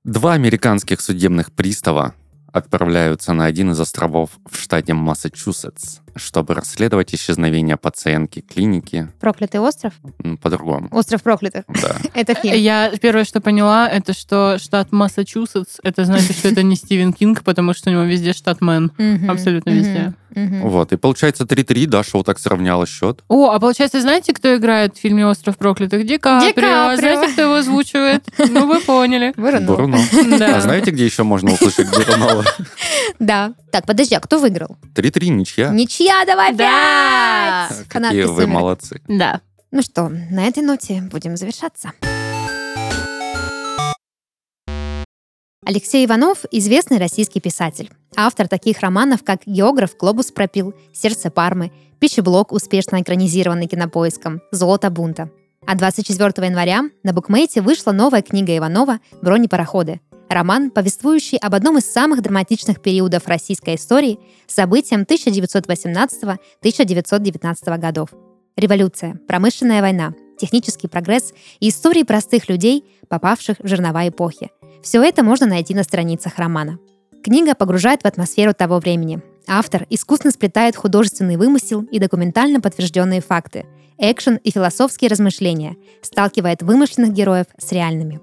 Два американских судебных пристава отправляются на один из островов в штате Массачусетс, чтобы расследовать исчезновение пациентки клиники Проклятый остров? м, по-другому. Остров проклятых. Да. Это фильм. Я первое, что поняла, это что штат Массачусетс, это значит, что это не Стивен Кинг, потому что у него везде штат Мэн. Мгм. абсолютно Мгм. везде. Мгм. Вот, и получается 3-3, Даша вот так сравняла счет. О, а получается, знаете, кто играет в фильме «Остров проклятых»? Ди Каприо. А Ди Каприо. Знаете, кто его озвучивает? Ну, вы *laughs* поняли. Вырвано. Буруно. Да. А знаете, где еще можно услышать *laughs* Бурунова? Да. Так, подожди, а кто выиграл? 3-3, ничья. Ничья, давай Да. пять! Фанатки Какие вы «Сумерек». молодцы. Да. Ну что, на этой ноте будем завершаться. Алексей Иванов – известный российский писатель. Автор таких романов, как «Географ», «Глобус пропил», «Сердце Пармы», «Пищеблок», успешно экранизированный кинопоиском, «Золото бунта». А 24 января на Букмейте вышла новая книга Иванова «Бронепароходы». Роман, повествующий об одном из самых драматичных периодов российской истории – событиям 1918-1919 годов. Революция, промышленная война, технический прогресс и истории простых людей, попавших в жернова эпохи. Все это можно найти на страницах романа. Книга погружает в атмосферу того времени. Автор искусно сплетает художественный вымысел и документально подтвержденные факты, экшен и философские размышления, сталкивает вымышленных героев с реальными.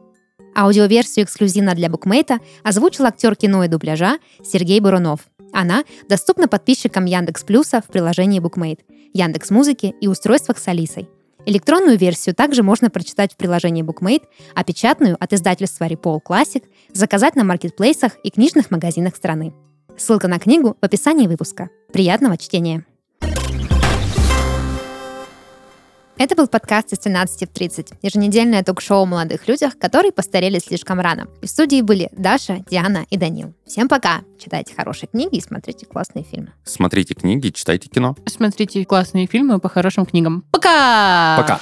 Аудиоверсию эксклюзивно для букмейта озвучил актер кино и дубляжа Сергей Бурунов. Она доступна подписчикам Яндекс Плюса в приложении Букмейт. Яндекс Музыки и устройствах с Алисой. Электронную версию также можно прочитать в приложении Bookmate, а печатную от издательства Repol Classic заказать на маркетплейсах и книжных магазинах страны. Ссылка на книгу в описании выпуска. Приятного чтения! Это был подкаст из 13 в 30, еженедельное ток-шоу о молодых людях, которые постарели слишком рано. И в студии были Даша, Диана и Данил. Всем пока! Читайте хорошие книги и смотрите классные фильмы. Смотрите книги, читайте кино. Смотрите классные фильмы по хорошим книгам. Пока! Пока.